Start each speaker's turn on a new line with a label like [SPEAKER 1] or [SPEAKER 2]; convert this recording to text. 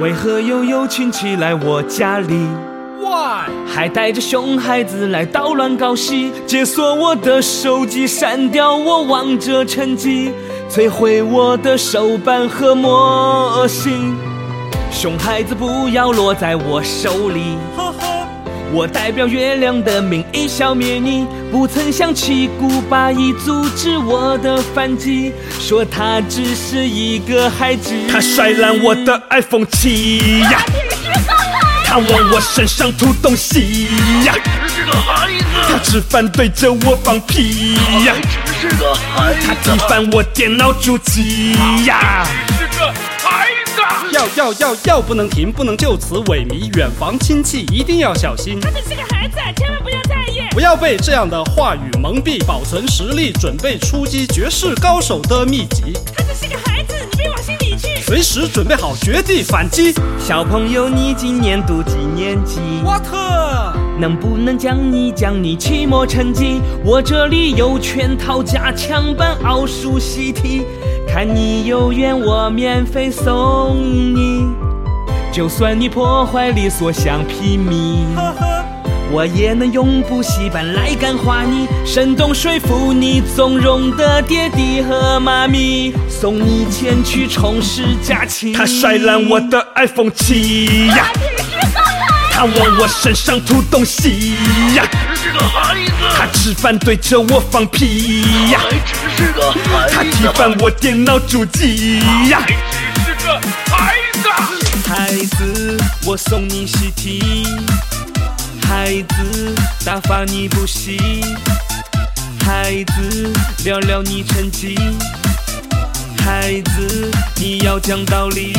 [SPEAKER 1] 为何又有亲戚来我家里？
[SPEAKER 2] Why？
[SPEAKER 1] 还带着熊孩子来捣乱搞事，解锁我的手机，删掉我王者成绩，摧毁我的手办和模型。熊孩子不要落在我手里，
[SPEAKER 2] 呵呵，
[SPEAKER 1] 我代表月亮的名义消灭你。不曾想起古巴已阻止我的反击，说他只是一个孩子。
[SPEAKER 2] 他摔烂我的 iPhone 七呀，他往我身上吐东西呀，
[SPEAKER 3] 是个孩子，
[SPEAKER 2] 他只反对着我放屁呀，
[SPEAKER 3] 只是个孩子，
[SPEAKER 2] 他踢翻我电脑主机呀。
[SPEAKER 3] 是个孩子。
[SPEAKER 4] 要要要要不能停，不能就此萎靡，远房亲戚一定要小心，
[SPEAKER 5] 他只是个孩子，千万不要在意。
[SPEAKER 4] 不要被这样的话语蒙蔽，保存实力，准备出击绝世高手的秘籍，
[SPEAKER 5] 他只是个孩子，你别往心里去。
[SPEAKER 4] 随时准备好绝地反击。
[SPEAKER 1] 小朋友，你今年读几年级？
[SPEAKER 4] What？
[SPEAKER 1] 能不能讲一讲你期末成绩？我这里有全套加强版奥数习题，看你有缘，我免费送你。就算你破坏力所向披靡，我也能永不洗版来感化你，生动说服你纵容的爹地和妈咪，送你前去重拾假期。
[SPEAKER 2] 他摔烂我的 iPhone 七哎呀，他往啊我身上吐东西呀，
[SPEAKER 3] 只是个孩
[SPEAKER 2] 他
[SPEAKER 3] 子，
[SPEAKER 2] 只反对着我放屁呀，
[SPEAKER 3] 还只是个
[SPEAKER 2] 他
[SPEAKER 3] 孩
[SPEAKER 2] 踢
[SPEAKER 3] 子，
[SPEAKER 2] 翻我电脑主机呀。
[SPEAKER 3] 只是个孩子，
[SPEAKER 1] 孩子，我送你习题。孩子，打发你补习。孩子，聊聊你成绩。孩子，你要讲道理。